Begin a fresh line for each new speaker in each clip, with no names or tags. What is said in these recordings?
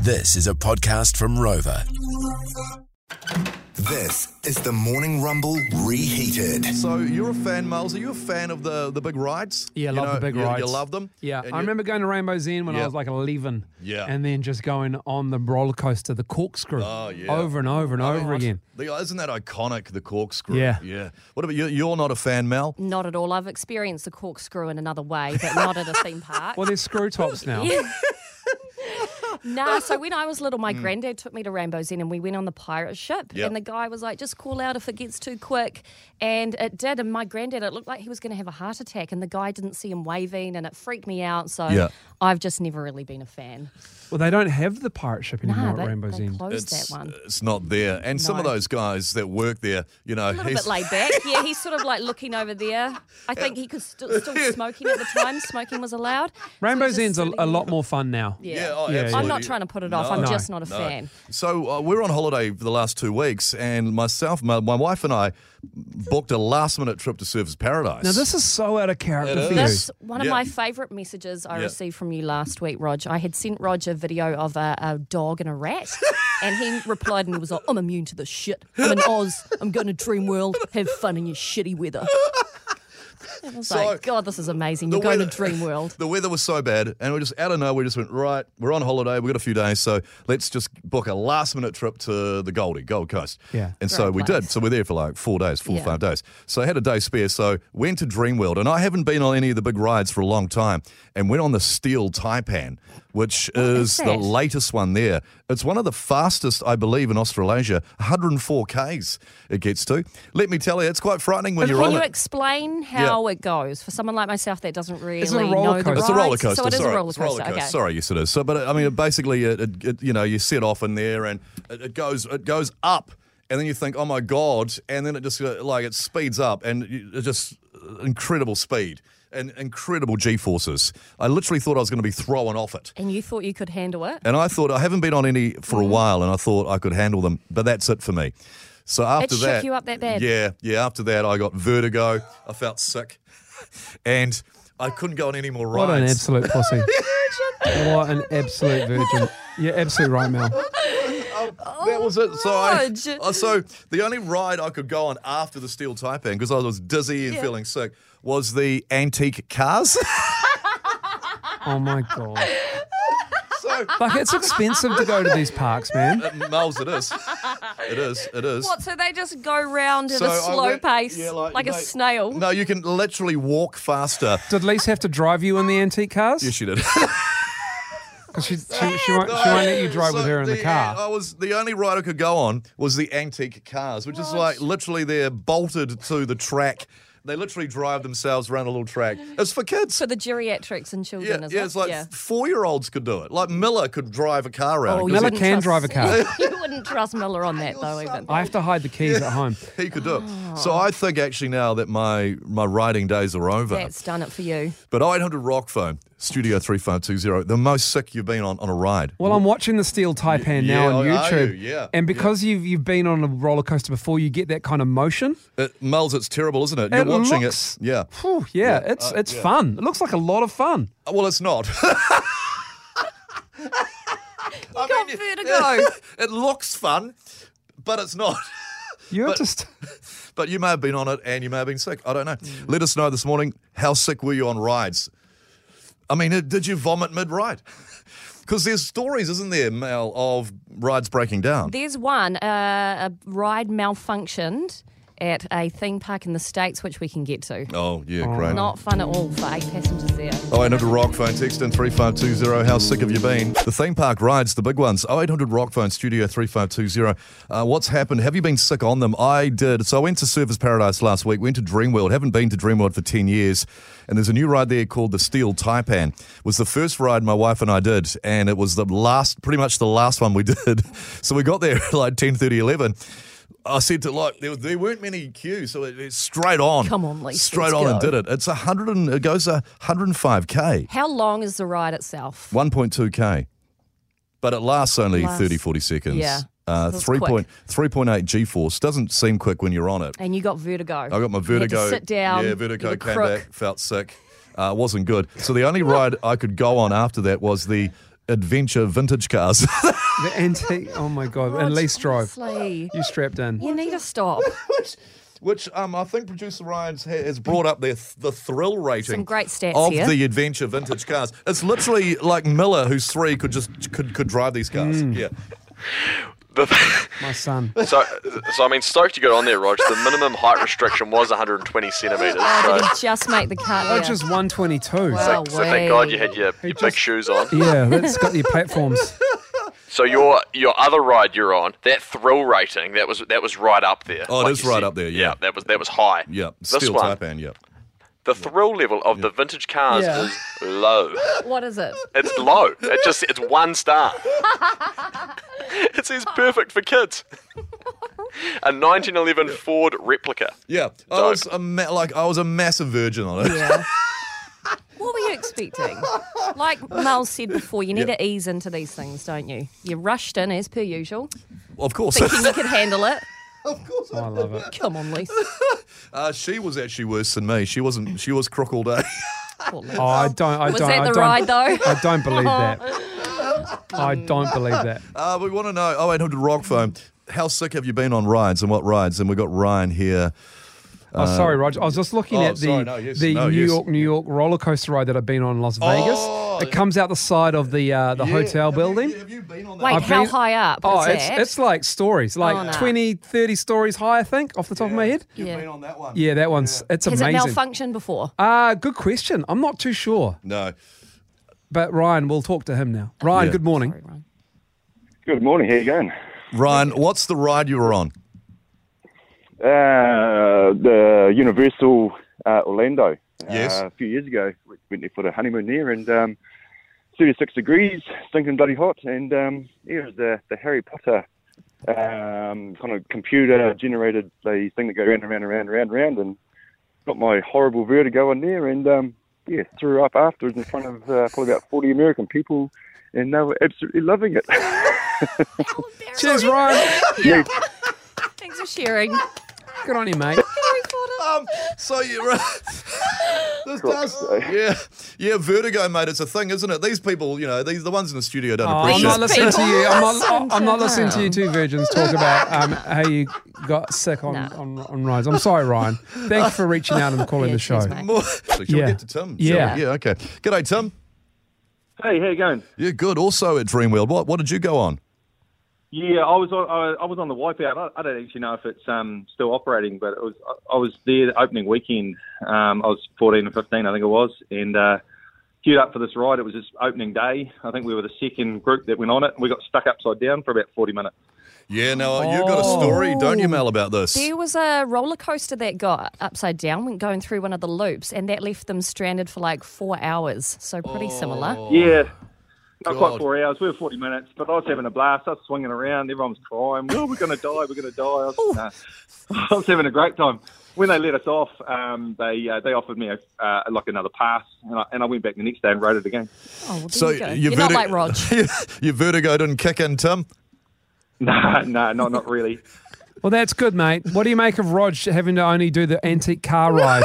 This is a podcast from Rover.
This is the Morning Rumble Reheated.
So you're a fan, Miles. Are you a fan of the, the big rides?
Yeah,
You
love the
know,
big
you,
rides.
You love them.
Yeah,
And
I
you-
remember going to Rainbow's End when
Yeah.
I was like eleven.
Yeah.
and then just going on the roller coaster, the corkscrew,
Oh, yeah.
over and over and over again.
The, isn't that iconic? The corkscrew.
Yeah.
Yeah. What about you? You're not a fan, Mel.
Not at all. I've experienced the corkscrew in another way, but not at a theme park.
Well, there's screw tops now.
Yeah. nah, so when I was little, my granddad took me to Rainbow's End and we went on the pirate ship.
Yep.
And the guy was like, just call out if it gets too quick. And it did. And my granddad, it looked like he was going to have a heart attack. And the guy didn't see him waving and it freaked me out. So
Yeah.
I've just never really been a fan.
Well, they don't have the pirate ship anymore
Nah,
at
they,
Rainbow's
they
End.
closed that one.
It's uh, not there. And some of
No.
those guys that work there, you know,
A little bit laid back. Yeah, he's sort of like looking over there. I think he could st- still smoking at the time. Smoking was allowed. So he's
Rainbow's
just
End's a,
sitting
a
there.
lot more fun now.
Yeah, oh,
Yeah, yeah.
absolutely.
I'm not trying to put it off.
No.
I'm
No,
just not a
No.
fan.
So uh, we were on holiday for the last two weeks, and myself, my, my wife, and I booked a last minute trip to Surfers Paradise.
Now this is so out of
It
character for
is.
you.
That's one of
Yeah.
my favourite messages I
Yeah.
received from you last week, Rog. I had sent Rog a video of a, a dog and a rat, and he replied and he was like, I'm immune to this shit. I'm in Oz. I'm going to Dream World. Have fun in your shitty weather. I was
So,
like, God, this is amazing.
the
You're going to
weather-
Dream World.
The weather was so bad, and we just out of nowhere, we just went right. We're on holiday. We got a few days, so let's just book a last minute trip to the Goldie Gold Coast.
Yeah.
and so
Great
we
place.
did. So we're there for like four days, four or
Yeah.
five days. So I had a day spare, so went to Dreamworld, and I haven't been on any of the big rides for a long time. And went on the Steel Taipan, which is
is
the
that?
latest one there. It's one of the fastest, I believe, in Australasia. 104 k's it gets to. Let me tell you, it's quite frightening when you're
Can
on
you
it.
explain how it goes for someone like myself that doesn't really
a roller
know the
coaster.
It's a roller
rides?
coaster.
So it is
sorry.
a roller
It's
coaster. Okay. Mm.
Sorry, yes it is. So, but I mean, it basically, it, it, it you know, you set off in there and it, it goes, it goes up, and then you think, oh my god, and then it just uh, like it speeds up, and you, it's just incredible speed and incredible g forces. I literally thought I was going to be thrown off it.
And you thought you could handle it?
And I thought I haven't been on any for a
Mm.
while, and I thought I could handle them, but that's it for me. So after
shook
that,
you up that bad?
Yeah, yeah. After that, I got vertigo. I felt sick, and I couldn't go on any more rides.
What an absolute pussy. what an absolute virgin. You're absolutely right, Mel.
Oh,
Oh,
That was it. So, I,
Rog.
uh, so the only ride I could go on after the steel taipan because I was dizzy and feeling sick was the antique cars.
Oh my god.
so
Like it's expensive to go to these parks, man.
uh, Miles, it is. It is. It is.
What? So they just go round at
So
a
I
slow
went-
pace,
yeah,
like, a
no-
snail.
No, you can literally walk faster.
Did Lise have to drive you in the antique cars?
Yes, you did.
Because she, she, she, won't, she won't let you drive with
So
her in the, car.
I was the only ride I could go on was the antique cars, which is like literally they're bolted to the track. They literally drive themselves around a little track. It's for kids.
For the geriatrics and
Yeah,
children as
yeah,
well.
it's like four year olds could do it. Like Miller could drive a car around.
you
Miller
wouldn't
can drive Oh, a car.
you wouldn't trust Miller on that though, even.
I have to hide the keys at home.
he could do it. So I think actually now that my my riding days are over.
That's done it for you.
but 800 Rock Phone, Studio 3520, the most sick you've been on on a ride.
Well, I'm watching the Steel Taipan
yeah,
now on
oh, are you?
YouTube.
Yeah,
And because you've you've been on a roller coaster before, you get that kind of motion.
It, Miles, it's terrible, isn't it? You're
It
watching
looks-
it. Yeah.
Phew, yeah, it's it's fun. It looks like a lot of fun.
Well, it's not. I
got vertigo.
it looks fun, but it's not.
You're just
But you may have been on it and you may have been sick. I don't know. Let us know this morning how sick were you on rides? I mean, uh, did you vomit mid ride? Because there's stories, isn't there, Mel, of rides breaking down?
There's one. Uh, a ride malfunctioned at a theme park in the states, which we can get to.
Oh, yeah, great.
Not fun at all for eight passengers there.
0800 Rock Phone, text in 3520. How sick have you been? The theme park rides, the big ones. 0800 Rock Phone, studio 3520. Uh, what's happened? Have you been sick on them? I did. So I went to Surfers Paradise last week, went to Dreamworld. Haven't been to Dreamworld for 10 years. And there's a new ride there called the Steel Taipan. It was the first ride my wife and I did. And it was the last, pretty much the last one we did. So we got there at like 10, 11. I said to like there, there weren't many queues, so it, it's straight on.
Come on, Lisa,
straight
let's
on and
go.
did it. It's a hundred and it goes a hundred and five k.
How long is the ride itself?
1.2k. But it lasts only
Lasts-
30, 40 seconds.
Yeah.
Uh,
That's
3
quick.
point, 3.8 G force. Doesn't seem quick when you're on it.
And you got vertigo.
I got my vertigo.
You had to sit down.
Yeah,
you
vertigo
had a
came
crook.
back, felt sick. Uh, wasn't good. So the only ride I could go on after that was the adventure vintage cars.
The antique. Oh my god.
Rog,
and lease drive.
honestly,
You strapped in.
you need to stop.
Which um, I think producer Ryan's ha- has brought up the the thrill rating.
Some great stats
of
here.
the adventure vintage cars. It's literally like Miller, who's three, could just could could drive these cars. Yeah,
Mm. The-
My son.
so, so I mean, stoked you got on there, Rog. The minimum height restriction was 120 centimeters.
Oh,
So,
did he just make the cut?
Oh,
there?
just 122.
Wow.
so thank God you had your, your big
just-
shoes on.
Yeah, that's got your platforms.
So your your other ride you're on, that thrill rating, that was that was right up there.
Oh, it
it
is
is
right up there, yeah.
that was that was high.
yeah.
This
Steel
one,
Taipan. Yeah.
the thrill level of the vintage cars
Yeah.
is low.
What is it?
It's low. It just it's one star. it says perfect for kids. A 1911 Ford replica.
Yeah, I
Dope.
was a ma- like I was a massive virgin on it.
Yeah. What were you expecting? Like Mel said before, you need
Yeah.
to ease into these things, don't you? You rushed in as per usual,
Of course,
thinking you could handle it.
of course.
Oh, I love it.
Come on, Lise.
Uh, she was actually worse than me. She wasn't. She was eh? crook all day.
Poor Lise.
Oh, I don't. I
Was
don't.
that
I
the
don't,
ride, though?
I don't believe that. I don't believe that.
Uh, we want to know. Oh, eight hundred rock phone. How sick have you been on rides and what rides? And we got Ryan here.
Oh, sorry, Roger. I was just looking
Um, oh,
at the
sorry, no, yes,
the
no,
New
yes.
York, New York roller coaster ride that I've been on in Las Vegas.
Oh,
it comes out the side of the uh, the hotel building.
have you been on that?
Wait,
I've
how
been-
high up?
Oh,
is
it's,
that?
it's like stories, like
Oh, no.
20, 30 stories high, I think, off the top of my head.
Yeah.
on that one?
Yeah, that one's it's
Has
amazing.
it malfunctioned before?
uh, good question. I'm not too sure,
No.
but Ryan, we'll talk to him now. Ryan,
Yeah.
good morning.
Sorry, Ryan.
Good morning. How you going?
Ryan, what's the ride you were on?
Uh, the Universal uh, Orlando.
Yes.
Uh, a few years ago, we went there for the honeymoon there, and um, 36 degrees, stinking bloody hot, and um, there was the, the Harry Potter um, kind of computer-generated the thing that go round and round and round and round and round, and got my horrible vertigo in there, and um, yeah, threw up afterwards in front of uh, probably about 40 American people, and they were absolutely loving it.
Oh, embarrassing.
Cheers, Ryan.
Yeah.
Thanks for sharing. Harry
good on you, mate.
Potter.
Um, so you. this does.
so.
Yeah, yeah. Vertigo, mate. It's a thing, isn't it? These people, you know, these the ones in the studio don't
Oh, I'm
appreciate.
not
it.
listening to you. I'm
Listen
not, I'm not
to
listening to you
them.
two virgins talk about um, how you got sick on,
No.
on, on rides. I'm sorry, Ryan. Thank you for reaching out and calling
Yeah,
the show.
cheers, mate.
More- Actually, shall we
Yeah.
get to Tim? Shall we?
Yeah.
Yeah. Okay. G'day, Tim.
Hey, how you going?
Yeah, good. Also at Dreamworld. What What did you go on?
Yeah, I was on- I, I was on the wipeout. I, I don't actually know if it's um, still operating, but it was I, I was there the opening weekend. Um, I was 14 and 15, I think it was, and uh, queued up for this ride. It was this opening day. I think we were the second group that went on it. We got stuck upside down for about 40 minutes.
Yeah. Now you've got a story, don't you, Mel, about this?
There was a roller coaster that got upside down when going through one of the loops, and that left them stranded for like four hours. So pretty
Oh.
similar. Oh,
yeah. Not
God.
quite four hours. We were 40 minutes, but I was having a blast. I was swinging around. Everyone was crying. Oh, we're going to die. We're going to die. I was, nah. I was having a great time. When they let us off, um, they uh, they offered me a, uh, like another pass, and I, and I went back the next day and rode it again.
Oh, well, there
So
you go.
your
You're not
verti-
like Rog.
your vertigo didn't kick in, Tim.
No, no, not not really.
Well, that's good, mate. What do you make of Rog having to only do the antique car ride?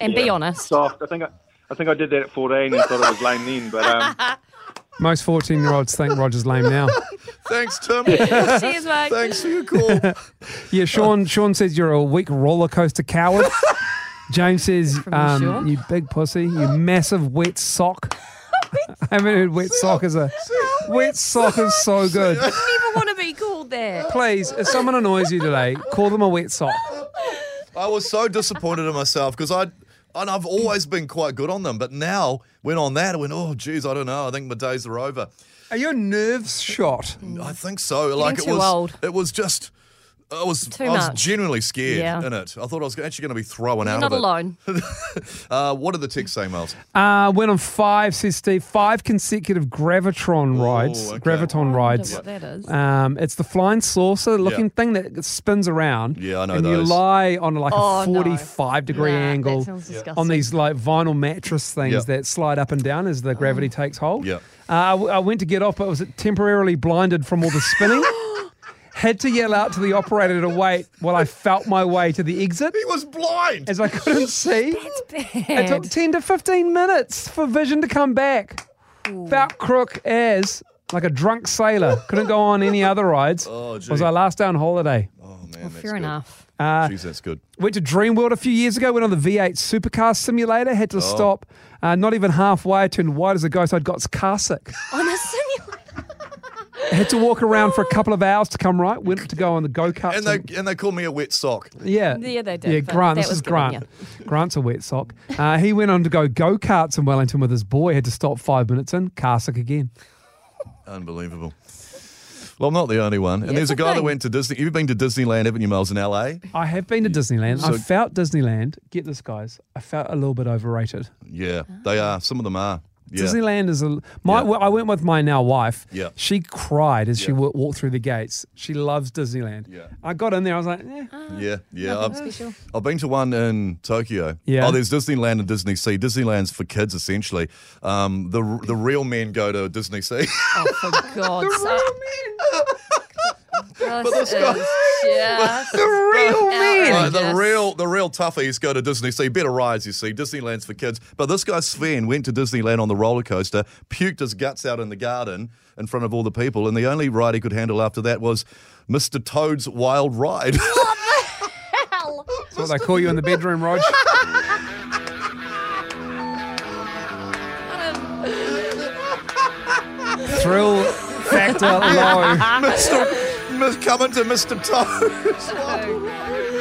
And be honest.
Soft. I think I, I think I did that at 14 and thought it was lame then, but um,
Most 14 year olds think Roger's lame now.
Thanks, Tim.
Cheers, mate.
Thanks for your call.
Yeah, Sean Sean says you're a weak roller coaster coward. James says,
From
um,
Sean.
you big pussy, you massive wet sock. I haven't heard wet sock is a. Wet sock is so good.
Never want to be called that.
Please, if someone annoys you today, call them a wet sock.
I was so disappointed in myself because I. And I've always been quite good on them, but now went on that and went, oh, geez, I don't know. I think my days are over.
Are your nerves shot?
I think so. like it
too
was,
old.
it was just, I was, I
much.
was genuinely scared
Yeah.
in it. I thought I was actually going to be thrown
You're
out of
not
it.
alone.
Uh, what did the text say, Miles?
Uh, went on five, says Steve. Five consecutive Gravitron rides.
okay.
Graviton rides.
Wonder what that is.
Um, it's the flying saucer looking thing that spins around.
Yeah, I know
And you
those.
lie on like
Oh,
a
no.
45 degree
Nah, that
angle
sounds disgusting.
on these like vinyl mattress things
Yeah. Oh.
that slide up and down as the gravity takes hold.
Yeah.
Uh, I, w- I went to get off, but was temporarily blinded from all the spinning. Had to yell out to the operator to wait while I felt my way to the exit
He was blind.
as I couldn't see.
That's
It
bad.
took 10 to 15 minutes for vision to come back. Felt crook as like a drunk sailor. Couldn't go on any other rides.
Oh, gee.
was our last day on holiday.
Oh, man.
Well,
that's
fair
good.
enough.
Jeez, that's good.
Went to Dreamworld a few years ago. Went on the V8 supercar simulator. Had
Oh.
to stop. Uh, not even halfway. I turned white as a ghost. I'd got car sick.
On a simulator.
Had to walk around for a couple of hours to come right. Went to go on the go kart.
And they and they call me a wet sock.
Yeah.
Yeah, they did,
Yeah,
but
Grant.
that
This
was
is
good on
Grant. Grant's a wet sock. Uh, he went on to go go karts in Wellington with his boy. Had to stop five minutes in. Car sick again.
Unbelievable. Well, I'm not the only one. And
Yeah,
there's
it's
a
a
guy that
thing.
went to Disney. You've been to Disneyland, haven't you, Miles, in LA?
I have been to Disneyland.
So-
I felt Disneyland. Get this, guys. I felt a little bit overrated.
Yeah, they are. Some of them are. Yeah.
Disneyland is a my.
Yeah.
I went with my now wife.
Yeah.
She cried as she
Yeah.
wa- walked through the gates. She loves Disneyland.
Yeah.
I got in there. I was like, eh.
Yeah, yeah.
Nothing
I've,
special.
I've been to one in Tokyo.
Yeah.
Oh, there's Disneyland and Disney Sea. Disneyland's for kids, essentially. Um, the the real men go to Disney Sea.
Oh, for God's sake. This is just
real
Like, Uh, the
outrageous.
real the real toughies go to Disney Sea. Better rides, you see. Disneyland's for kids. But this guy Sven went to Disneyland on the roller coaster, puked his guts out in the garden in front of all the people, and the only ride he could handle after that was Mr. Toad's Wild Ride.
hell.
That's what they call you in the bedroom, Rog. Thrill factor low.
Mr. Mis- Coming to Mr. Toad's. Wild Ride.